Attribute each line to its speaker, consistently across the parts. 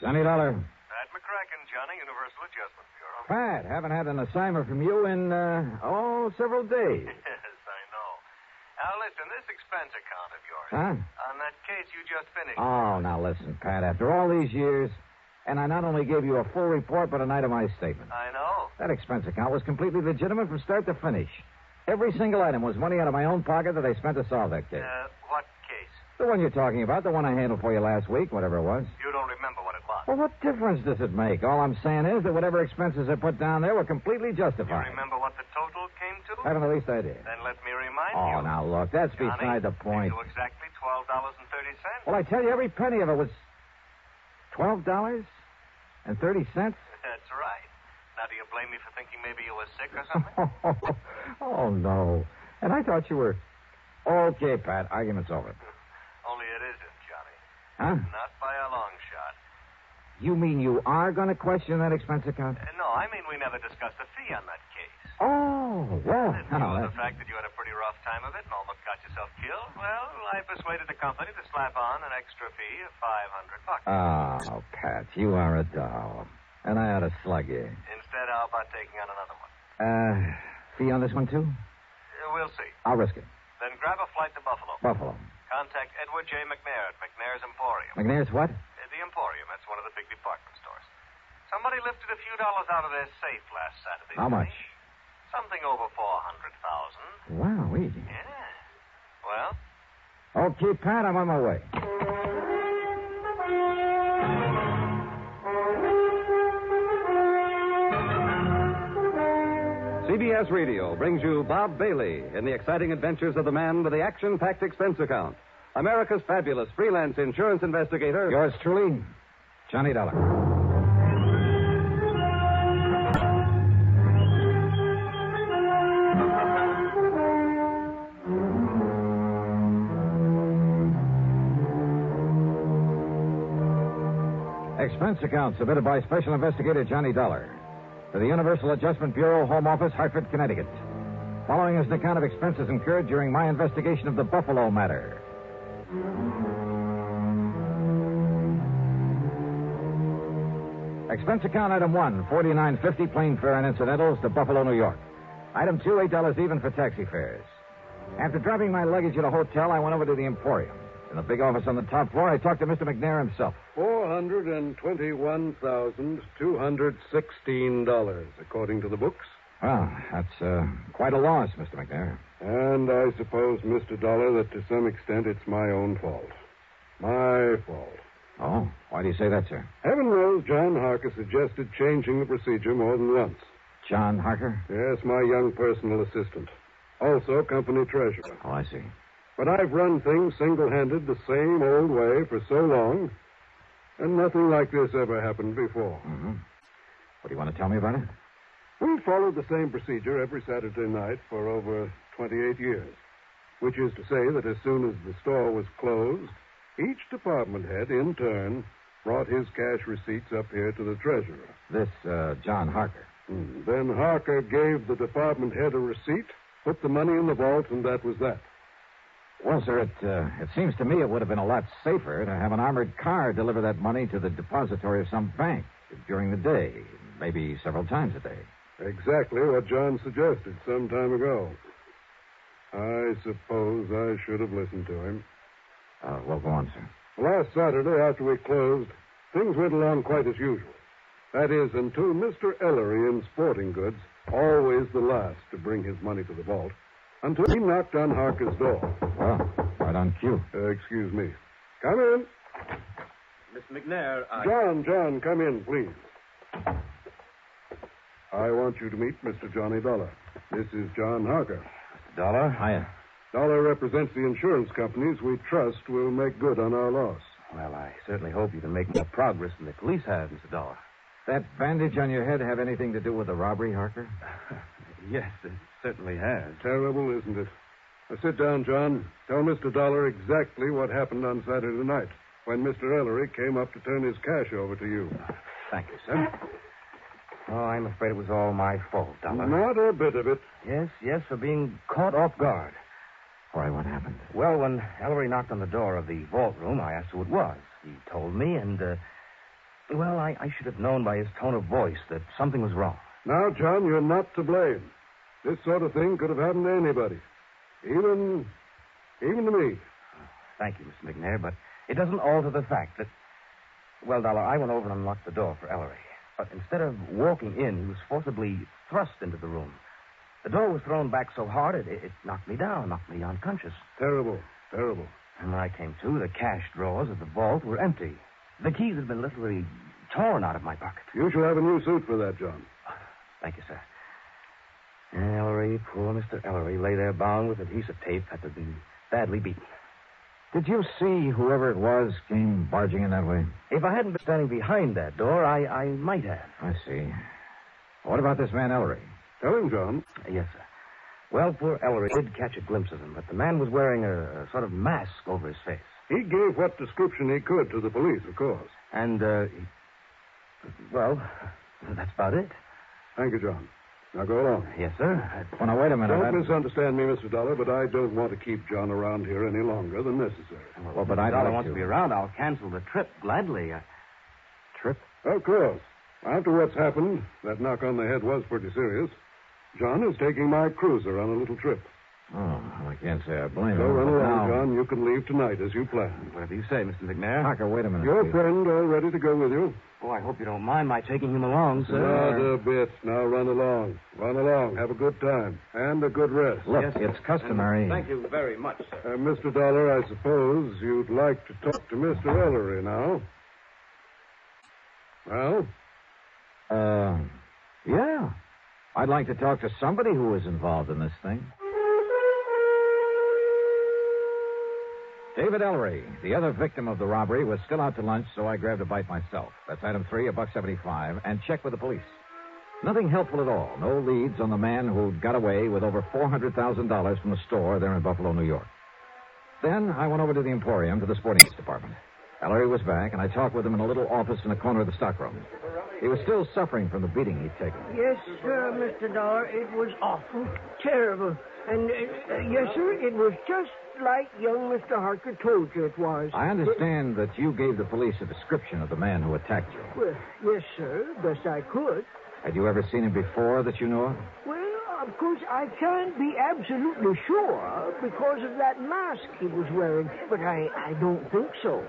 Speaker 1: Johnny Dollar.
Speaker 2: Pat McCracken, Johnny, Universal Adjustment Bureau.
Speaker 1: Pat, haven't had an assignment from you in, uh, oh, several days.
Speaker 2: Yes, I know. Now listen, this expense account of yours.
Speaker 1: Huh?
Speaker 2: On that case you just finished.
Speaker 1: Oh, now listen, Pat, after all these years, and I not only gave you a full report, but an itemized statement.
Speaker 2: I know.
Speaker 1: That expense account was completely legitimate from start to finish. Every single item was money out of my own pocket that I spent to solve that case.
Speaker 2: Uh, what case?
Speaker 1: The one you're talking about, the one I handled for you last week, whatever it was.
Speaker 2: You don't remember what it was.
Speaker 1: Well, what difference does it make? All I'm saying is that whatever expenses I put down there were completely
Speaker 2: You
Speaker 1: justified.
Speaker 2: remember what the total came to?
Speaker 1: I haven't the least idea.
Speaker 2: Then let me remind you.
Speaker 1: Oh, now look, that's
Speaker 2: Johnny,
Speaker 1: beside the point.
Speaker 2: To exactly twelve dollars and thirty cents.
Speaker 1: Well, I tell you, every penny of it was twelve dollars and thirty cents.
Speaker 2: That's right. Now do you blame me for thinking maybe you were sick or something?
Speaker 1: oh no! And I thought you were. Okay, Pat. Argument's over.
Speaker 2: Only it isn't, Johnny.
Speaker 1: Huh?
Speaker 2: Not by a long shot.
Speaker 1: You mean you are going to question that expense account?
Speaker 2: Uh, no, I mean we never discussed the fee on that case.
Speaker 1: Oh, well.
Speaker 2: In view
Speaker 1: now
Speaker 2: of
Speaker 1: that's-
Speaker 2: the fact that you had a pretty rough time of it and almost got yourself killed, well, I persuaded the company to slap on an extra fee of 500 bucks.
Speaker 1: Oh, Pat, you are a doll, and I ought to slug you.
Speaker 2: Instead, how about taking on another one?
Speaker 1: Uh, fee on this one too?
Speaker 2: Uh, we'll see.
Speaker 1: I'll risk it.
Speaker 2: Then grab a flight to Buffalo.
Speaker 1: Buffalo.
Speaker 2: Contact Edward J. McNair at McNair's Emporium.
Speaker 1: McNair's what?
Speaker 2: Uh, the Emporium, that's one of the big department stores. Somebody lifted a few dollars out of their safe last Saturday.
Speaker 1: How
Speaker 2: night.
Speaker 1: much?
Speaker 2: Something over 400000
Speaker 1: Wow, easy.
Speaker 2: Yeah. Well,
Speaker 1: Okay, Pat, I'm on my way.
Speaker 3: CBS Radio brings you Bob Bailey in the exciting adventures of the man with the action packed expense account. America's fabulous freelance insurance investigator.
Speaker 1: Yours truly, Johnny Dollar. Expense account submitted by Special Investigator Johnny Dollar to the Universal Adjustment Bureau, Home Office, Hartford, Connecticut. Following is an account of expenses incurred during my investigation of the Buffalo matter. Expense account item one, forty-nine fifty, plane fare and incidentals to Buffalo, New York. Item two, eight dollars even for taxi fares. After dropping my luggage at a hotel, I went over to the Emporium. In the big office on the top floor, I talked to Mr. McNair himself.
Speaker 3: $421,216, according to the books.
Speaker 1: Well, that's uh, quite a loss, Mr. McNair.
Speaker 3: And I suppose, Mr. Dollar, that to some extent it's my own fault. My fault.
Speaker 1: Oh, why do you say that, sir?
Speaker 3: Heaven knows John Harker suggested changing the procedure more than once.
Speaker 1: John Harker?
Speaker 3: Yes, my young personal assistant. Also, company treasurer.
Speaker 1: Oh, I see.
Speaker 3: But I've run things single handed the same old way for so long, and nothing like this ever happened before.
Speaker 1: What do you want to tell me about it?
Speaker 3: We followed the same procedure every Saturday night for over 28 years. which is to say that as soon as the store was closed, each department head, in turn, brought his cash receipts up here to the treasurer.
Speaker 1: This, uh, John Harker.
Speaker 3: Hmm. Then Harker gave the department head a receipt, put the money in the vault, and that was that.
Speaker 1: Well, sir, it, uh, it seems to me it would have been a lot safer to have an armored car deliver that money to the depository of some bank during the day, maybe several times a day.
Speaker 3: Exactly what John suggested some time ago. I suppose I should have listened to him.
Speaker 1: Uh, well, go on, sir.
Speaker 3: Last Saturday, after we closed, things went along quite as usual. That is, until Mr. Ellery in sporting goods, always the last to bring his money to the vault, until he knocked on Harker's door.
Speaker 1: Well, right on cue.
Speaker 3: Uh, excuse me. Come in.
Speaker 4: Miss McNair, I.
Speaker 3: John, John, come in, please. I want you to meet Mr. Johnny Dollar. This is John Harker.
Speaker 1: Dollar?
Speaker 4: uh,
Speaker 1: I.
Speaker 3: Dollar represents the insurance companies we trust will make good on our loss.
Speaker 4: Well, I certainly hope you can make more progress than the police have, Mr. Dollar.
Speaker 1: That bandage on your head have anything to do with the robbery, Harker?
Speaker 4: Yes, it certainly has.
Speaker 3: Terrible, isn't it? Now sit down, John. Tell Mr. Dollar exactly what happened on Saturday night when Mr. Ellery came up to turn his cash over to you.
Speaker 4: Thank you, sir. Oh, I'm afraid it was all my fault, Dollar.
Speaker 3: Not a bit of it.
Speaker 4: Yes, yes, for being caught off guard.
Speaker 1: All right, what happened?
Speaker 4: Well, when Ellery knocked on the door of the vault room, I asked who it was. He told me, and, uh, well, I, I should have known by his tone of voice that something was wrong.
Speaker 3: Now, John, you're not to blame. This sort of thing could have happened to anybody. Even even to me.
Speaker 4: Thank you, Mr. McNair, but it doesn't alter the fact that. Well, Dollar, I went over and unlocked the door for Ellery. But instead of walking in, he was forcibly thrust into the room. The door was thrown back so hard it, it knocked me down, knocked me unconscious.
Speaker 3: Terrible, terrible.
Speaker 4: And when I came to, the cash drawers of the vault were empty. The keys had been literally torn out of my pocket.
Speaker 3: You shall have a new suit for that, John.
Speaker 4: Thank you, sir. Ellery, poor Mr. Ellery, lay there bound with adhesive tape after being badly beaten.
Speaker 1: Did you see whoever it was came barging in that way?
Speaker 4: If I hadn't been standing behind that door, I, I might have.
Speaker 1: I see. What about this man, Ellery?
Speaker 3: Tell him, John.
Speaker 4: Yes, sir. Well, poor Ellery did catch a glimpse of him, but the man was wearing a, a sort of mask over his face.
Speaker 3: He gave what description he could to the police, of course.
Speaker 4: And, uh, well, that's about it.
Speaker 3: Thank you, John. Now go along.
Speaker 4: Yes, sir.
Speaker 1: Well, Oh, now, wait a minute.
Speaker 3: Don't
Speaker 1: I-
Speaker 3: misunderstand me, Mr. Dollar, but I don't want to keep John around here any longer than necessary.
Speaker 1: Well, but I'd
Speaker 4: Dollar
Speaker 1: like
Speaker 4: wants
Speaker 1: to.
Speaker 4: to be around. I'll cancel the trip gladly. Uh, I...
Speaker 1: Trip?
Speaker 3: Of course. After what's happened, that knock on the head was pretty serious. John is taking my cruiser on a little trip.
Speaker 1: Oh, well, I can't say I blame
Speaker 3: So
Speaker 1: him.
Speaker 3: run
Speaker 1: but
Speaker 3: along,
Speaker 1: now-
Speaker 3: John. You can leave tonight as you planned.
Speaker 4: Whatever you say, Mr. McNair.
Speaker 1: Harker, wait a minute.
Speaker 3: Your
Speaker 1: please.
Speaker 3: friend all ready to go with you?
Speaker 4: Oh, I hope you don't mind my taking him along,
Speaker 3: Not
Speaker 4: sir.
Speaker 3: a bit. Now run along. Run along. Have a good time. And a good rest.
Speaker 1: Look,
Speaker 4: Yes, sir.
Speaker 1: it's customary.
Speaker 4: Thank you very much, sir.
Speaker 3: Uh, Mr. Dollar, I suppose you'd like to talk to Mr. Ellery now. Well,
Speaker 1: Uh, yeah. I'd like to talk to somebody who was involved in this thing. David Ellery, the other victim of the robbery, was still out to lunch, so I grabbed a bite myself. That's item three, a buck seventy-five, and check with the police. Nothing helpful at all. No leads on the man who got away with over four hundred thousand dollars from the store there in Buffalo, New York. Then I went over to the Emporium to the sporting goods department. Ellery was back, and I talked with him in a little office in the corner of the stockroom. He was still suffering from the beating he'd taken.
Speaker 2: Yes, sir, Mr. Dollar. It was awful, terrible. And, uh, uh, yes, sir, it was just like young Mr. Harker told you it was.
Speaker 1: I understand that you gave the police a description of the man who attacked you.
Speaker 2: Well, yes, sir, best I could.
Speaker 1: Had you ever seen him before that you know of?
Speaker 2: Well, of course, I can't be absolutely sure because of that mask he was wearing, but I, I don't think so.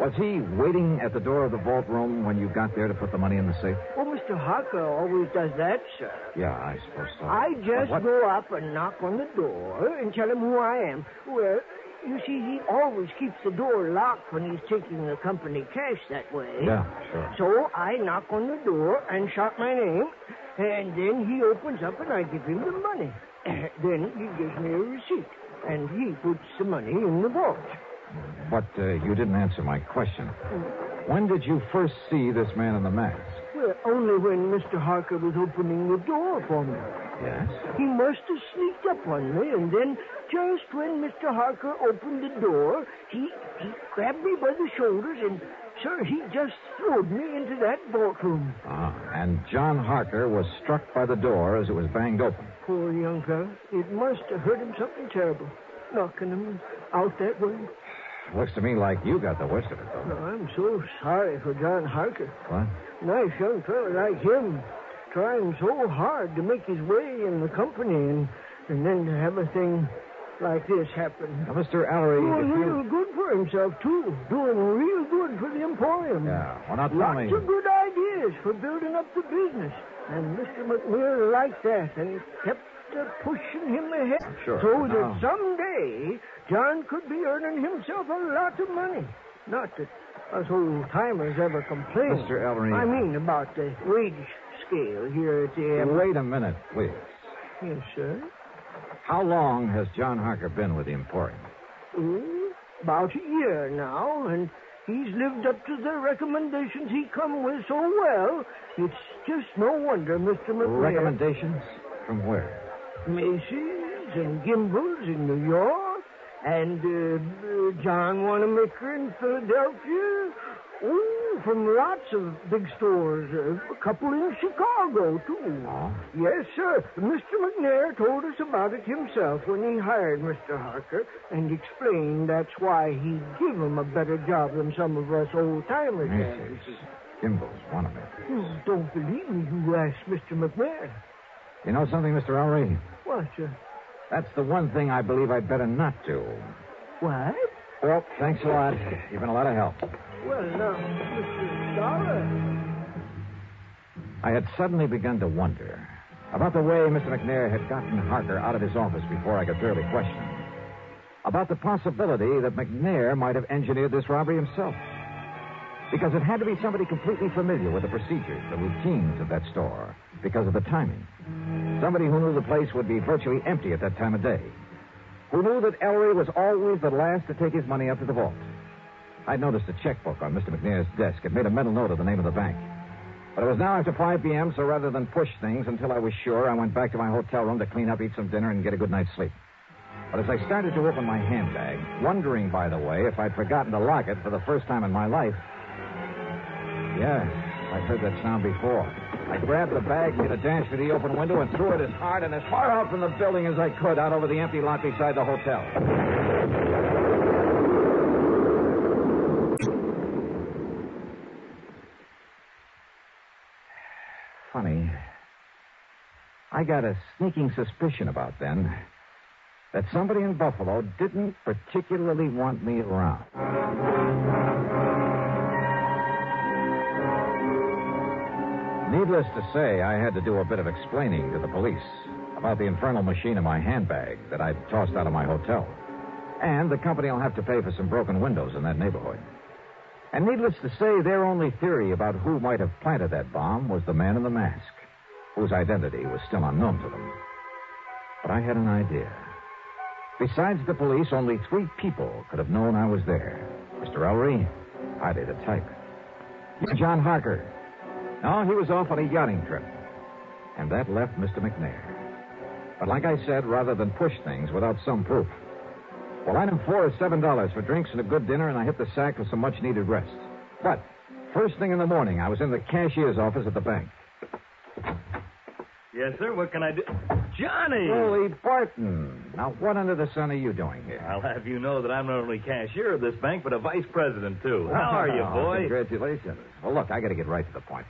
Speaker 1: Was he waiting at the door of the vault room when you got there to put the money in the safe?
Speaker 2: Well, Mr. Harker always does that, sir.
Speaker 1: Yeah, I suppose so.
Speaker 2: I just
Speaker 1: But what-
Speaker 2: go up and knock on the door and tell him who I am. Well, you see, he always keeps the door locked when he's taking the company cash that way.
Speaker 1: Yeah, sure.
Speaker 2: So I knock on the door and shout my name, and then he opens up and I give him the money. then he gives me a receipt, and he puts the money in the vault.
Speaker 1: But uh, you didn't answer my question. When did you first see this man in the mask?
Speaker 2: Well, only when Mr. Harker was opening the door for me.
Speaker 4: Yes?
Speaker 2: He must have sneaked up on me, and then just when Mr. Harker opened the door, he, he grabbed me by the shoulders and, sir, he just threw me into that vaultroom.
Speaker 1: Ah, and John Harker was struck by the door as it was banged open.
Speaker 2: Poor young fellow. It must have hurt him something terrible, knocking him out that way.
Speaker 1: Looks to me like you got the worst of it, though.
Speaker 2: Now, I'm so sorry for John Harker.
Speaker 1: What?
Speaker 2: Nice young fellow like him, trying so hard to make his way in the company, and, and then to have a thing like this happen.
Speaker 1: Now, Mr. Ellery,
Speaker 2: Doing
Speaker 1: if you-
Speaker 2: real good for himself, too. Doing real good for the Emporium.
Speaker 1: Yeah, well, now tell
Speaker 2: Lots
Speaker 1: me-
Speaker 2: of good ideas for building up the business. And Mr. McNeil liked that, and it kept uh, pushing him ahead.
Speaker 1: Sure,
Speaker 2: So
Speaker 1: but now-
Speaker 2: that someday, John could be earning himself a lot of money. Not that us old timers ever complain.
Speaker 1: Mr. Ellery.
Speaker 2: I mean about the wage scale here at the.
Speaker 1: Wait a minute, please.
Speaker 2: Yes, sir.
Speaker 1: How long has John Harker been with the Emporium?
Speaker 2: Mm, About a year now, and he's lived up to the recommendations he come with so well. It's just no wonder, Mr. McNair.
Speaker 1: Recommendations? From where?
Speaker 2: Macy's and Gimbel's in New York, and uh, uh, John Wanamaker in Philadelphia. Oh, from lots of big stores. Uh, a couple in Chicago, too.
Speaker 1: Oh,
Speaker 2: Yes, sir. Mr. McNair told us about it himself when he hired Mr. Harker and explained that's why he'd give him a better job than some of us old timers had.
Speaker 1: Macy's, Gimbel's, Wanamaker.
Speaker 2: You don't believe me, you ask Mr. McNair.
Speaker 1: You know something, Mr. Ellery?
Speaker 2: What, Uh, sir?
Speaker 1: That's the one thing I believe I'd better not do.
Speaker 2: What?
Speaker 1: Well, thanks a lot. You've been a lot of help.
Speaker 2: Well, now, Mr. Dollar.
Speaker 1: I had suddenly begun to wonder about the way Mr. McNair had gotten Harker out of his office before I could fairly question him. About the possibility that McNair might have engineered this robbery himself. Because it had to be somebody completely familiar with the procedures, the routines of that store, because of the timing. Somebody who knew the place would be virtually empty at that time of day. Who knew that Ellery was always the last to take his money up to the vault. I'd noticed a checkbook on Mr. McNair's desk and made a mental note of the name of the bank. But it was now after 5 p.m., so rather than push things until I was sure, I went back to my hotel room to clean up, eat some dinner, and get a good night's sleep. But as I started to open my handbag, wondering, by the way, if I'd forgotten to lock it for the first time in my life. Yes, I've heard that sound before. I grabbed the bag, made a dash for the open window, and threw it as hard and as far out from the building as I could out over the empty lot beside the hotel. Funny. I got a sneaking suspicion about then that somebody in Buffalo didn't particularly want me around. Needless to say, I had to do a bit of explaining to the police about the infernal machine in my handbag that I'd tossed out of my hotel. And the company will have to pay for some broken windows in that neighborhood. And needless to say, their only theory about who might have planted that bomb was the man in the mask, whose identity was still unknown to them. But I had an idea. Besides the police, only three people could have known I was there Mr. Ellery, hardly the type, and John Harker. No, he was off on a yachting trip. And that left Mr. McNair. But like I said, rather than push things without some proof, well, item four is seven dollars for drinks and a good dinner, and I hit the sack for some much needed rest. But first thing in the morning, I was in the cashier's office at the bank.
Speaker 5: Yes, sir. What can I do? Johnny!
Speaker 2: Oh,
Speaker 1: Holy Barton! Now, what under the sun are you doing here?
Speaker 5: I'll have you know that I'm not only cashier of this bank, but a vice president, too. How are you,
Speaker 1: Oh,
Speaker 5: boy?
Speaker 1: Congratulations. Well, look, I got to get right to the point.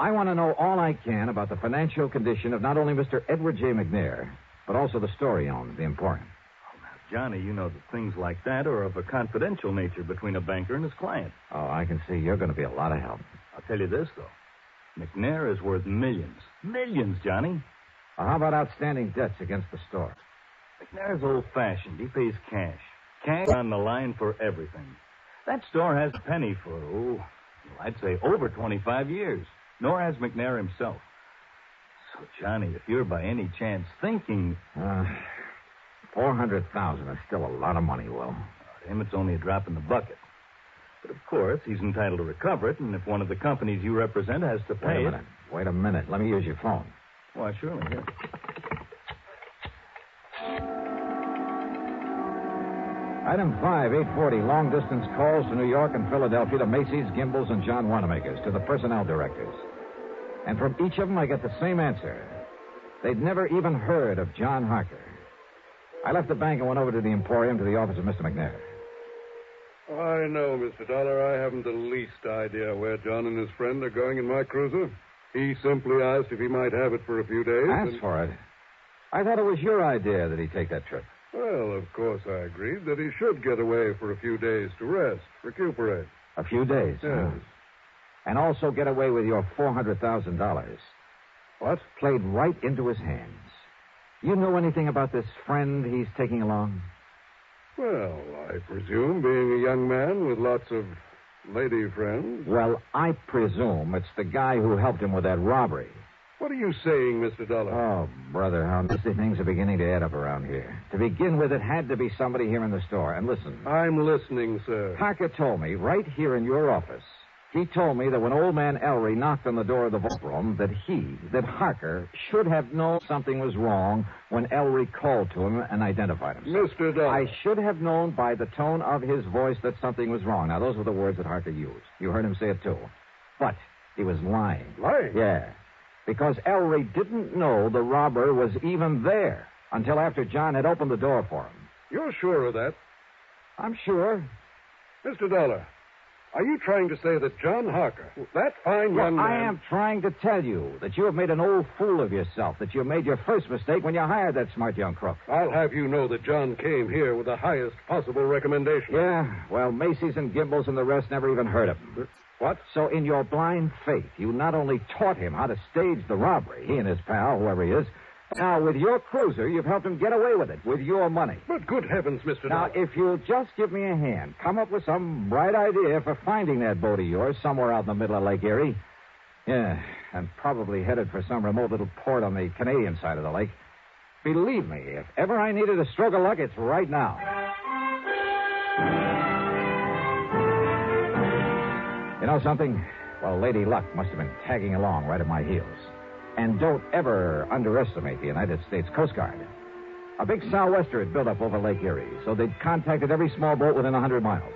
Speaker 1: I want to know all I can about the financial condition of not only Mr. Edward J. McNair, but also the store he owns, the Emporium.
Speaker 5: Johnny, you know that things like that are of a confidential nature between a banker and his client.
Speaker 1: Oh, I can see you're going to be a lot of help.
Speaker 5: I'll tell you this, though. McNair is worth millions. Millions, Johnny.
Speaker 1: Now, how about outstanding debts against the store?
Speaker 5: McNair's old fashioned. He pays cash. Cash on the line for everything. That store has a penny for, oh, well, I'd say over 25 years, nor has McNair himself. So, Johnny, if you're by any chance thinking
Speaker 1: Uh, 400000 is still a lot of money, Will.
Speaker 5: him, it's only a drop in the bucket. But of course, he's entitled to recover it, and if one of the companies you represent has to pay
Speaker 1: Wait a
Speaker 5: it-
Speaker 1: minute. Wait a minute. Let me use your phone.
Speaker 5: Why, surely. Here.
Speaker 1: Item 5, 840, long distance calls to New York and Philadelphia to Macy's, Gimbel's, and John Wanamaker's, to the personnel directors. And from each of them, I get the same answer. They'd never even heard of John Harker. I left the bank and went over to the Emporium to the office of Mr. McNair.
Speaker 3: I know, Mr. Dollar. I haven't the least idea where John and his friend are going in my cruiser. He simply asked if he might have it for a few days.
Speaker 1: Asked
Speaker 3: and-
Speaker 1: for it. I thought it was your idea that he take that trip.
Speaker 3: Well, of course, I agreed that he should get away for a few days to rest, recuperate.
Speaker 1: A few days. huh?
Speaker 3: Yes.
Speaker 1: And also get away with your $400,000. What? Played right into his hands. You know anything about this friend he's taking along?
Speaker 3: Well, I presume, being a young man with lots of lady friends.
Speaker 1: Well, I presume it's the guy who helped him with that robbery.
Speaker 3: What are you saying, Mr. Dollar?
Speaker 1: Oh, brother, how nasty things are beginning to add up around here. To begin with, it had to be somebody here in the store. And listen,
Speaker 3: I'm listening, sir.
Speaker 1: Parker told me right here in your office. He told me that when old man Ellery knocked on the door of the vault room, that he, that Harker, should have known something was wrong when Ellery called to him and identified him.
Speaker 3: Mr. Dollar.
Speaker 1: I should have known by the tone of his voice that something was wrong. Now, those were the words that Harker used. You heard him say it, too. But he was lying.
Speaker 3: Lying?
Speaker 1: Yeah. Because Ellery didn't know the robber was even there until after John had opened the door for him.
Speaker 3: You're sure of that?
Speaker 1: I'm sure.
Speaker 3: Mr. Dollar, are you trying to say that John Harker, that fine
Speaker 1: Look,
Speaker 3: young man...
Speaker 1: I am trying to tell you that you have made an old fool of yourself, that you made your first mistake when you hired that smart young crook.
Speaker 3: I'll have you know that John came here with the highest possible recommendation.
Speaker 1: Yeah, well, Macy's and Gimbel's and the rest never even heard of him. What? So, in your blind faith, you not only taught him how to stage the robbery, he and his pal, whoever he is, but now with your cruiser, you've helped him get away with it, with your money.
Speaker 3: But good heavens, Mr.
Speaker 1: Now,
Speaker 3: Dollar.
Speaker 1: if you'll just give me a hand, come up with some bright idea for finding that boat of yours somewhere out in the middle of Lake Erie. Yeah, and probably headed for some remote little port on the Canadian side of the lake. Believe me, if ever I needed a stroke of luck, it's right now. You know something? Well, Lady Luck must have been tagging along right at my heels. And don't ever underestimate the United States Coast Guard. A big sou'wester had built up over Lake Erie, so they'd contacted every small boat within 100 miles.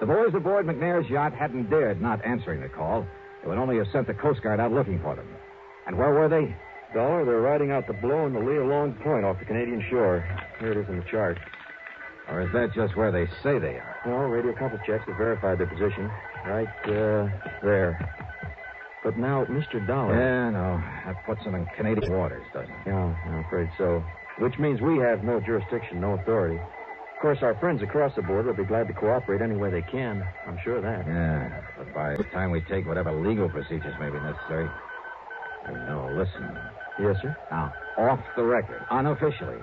Speaker 1: The boys aboard McNair's yacht hadn't dared not answering the call. They would only have sent the Coast Guard out looking for them. And where were they?
Speaker 6: Dollar, they're riding out the blow in the lee of Long Point off the Canadian shore. Here it is in the chart.
Speaker 1: Or is that just where they say they are?
Speaker 6: Well, radio compass checks have verified their position. Right uh, there. But now, Mr. Dollar.
Speaker 1: Yeah, no. That puts them in Canadian waters, doesn't it?
Speaker 6: Yeah, I'm afraid so. Which means we have no jurisdiction, no authority. Of course, our friends across the border will be glad to cooperate any way they can. I'm sure of that.
Speaker 1: Yeah, but by the time we take whatever legal procedures may be necessary. Oh, No, listen.
Speaker 6: Yes, sir?
Speaker 1: Now, off the record, unofficially.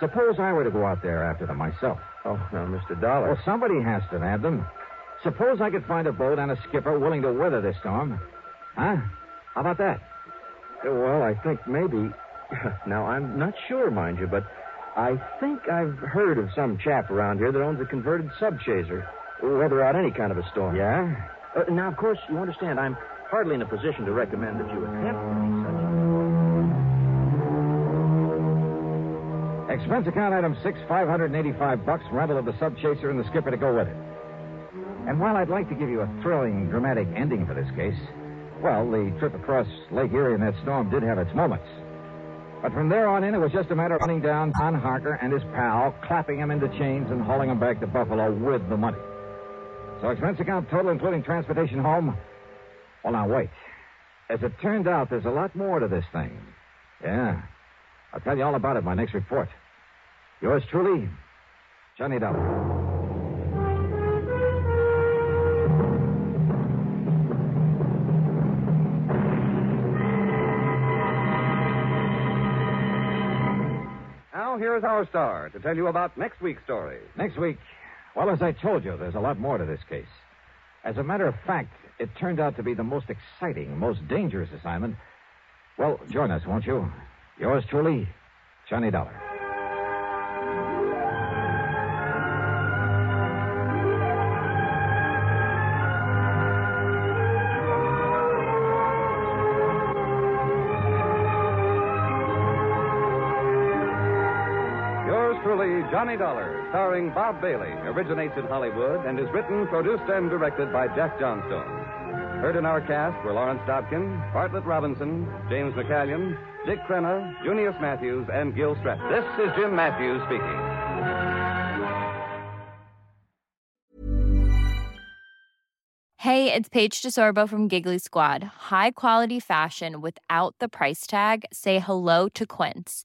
Speaker 1: Suppose I were to go out there after them myself.
Speaker 6: Oh, now, Mr. Dollar.
Speaker 1: Well, somebody has to nab them. Suppose I could find a boat and a skipper willing to weather this storm. Huh? How about that?
Speaker 6: Uh, Well, I think maybe. Now, I'm not sure, mind you, but I think I've heard of some chap around here that owns a converted sub chaser. Weather out any kind of a storm.
Speaker 1: Yeah?
Speaker 6: Uh, now, of course, you understand, I'm hardly in a position to recommend that you attempt any such.
Speaker 1: Expense account item six, five hundred and eighty-five bucks, rental of the sub chaser and the skipper to go with it. And while I'd like to give you a thrilling, dramatic ending for this case, well, the trip across Lake Erie in that storm did have its moments. But from there on in, it was just a matter of running down John Harker and his pal, clapping him into chains, and hauling him back to Buffalo with the money. So expense account total, including transportation home. Well, now wait. As it turned out, there's a lot more to this thing. Yeah. I'll tell you all about it in my next report. Yours truly, Johnny Dollar.
Speaker 4: Now, here is our star to tell you about next week's story.
Speaker 1: Next week, well, as I told you, there's a lot more to this case. As a matter of fact, it turned out to be the most exciting, most dangerous assignment. Well, join us, won't you? Yours truly, Johnny Dollar.
Speaker 3: movie Johnny Dollar, starring Bob Bailey, originates in Hollywood and is written, produced, and directed by Jack Johnstone. Heard in our cast were Lawrence Dobkin, Bartlett Robinson, James McCallion, Dick Crenna, Junius Matthews, and Gil Stratton. This is Jim Matthews speaking.
Speaker 2: Hey, it's Paige DeSorbo from Giggly Squad. High quality fashion without the price tag. Say hello to Quince.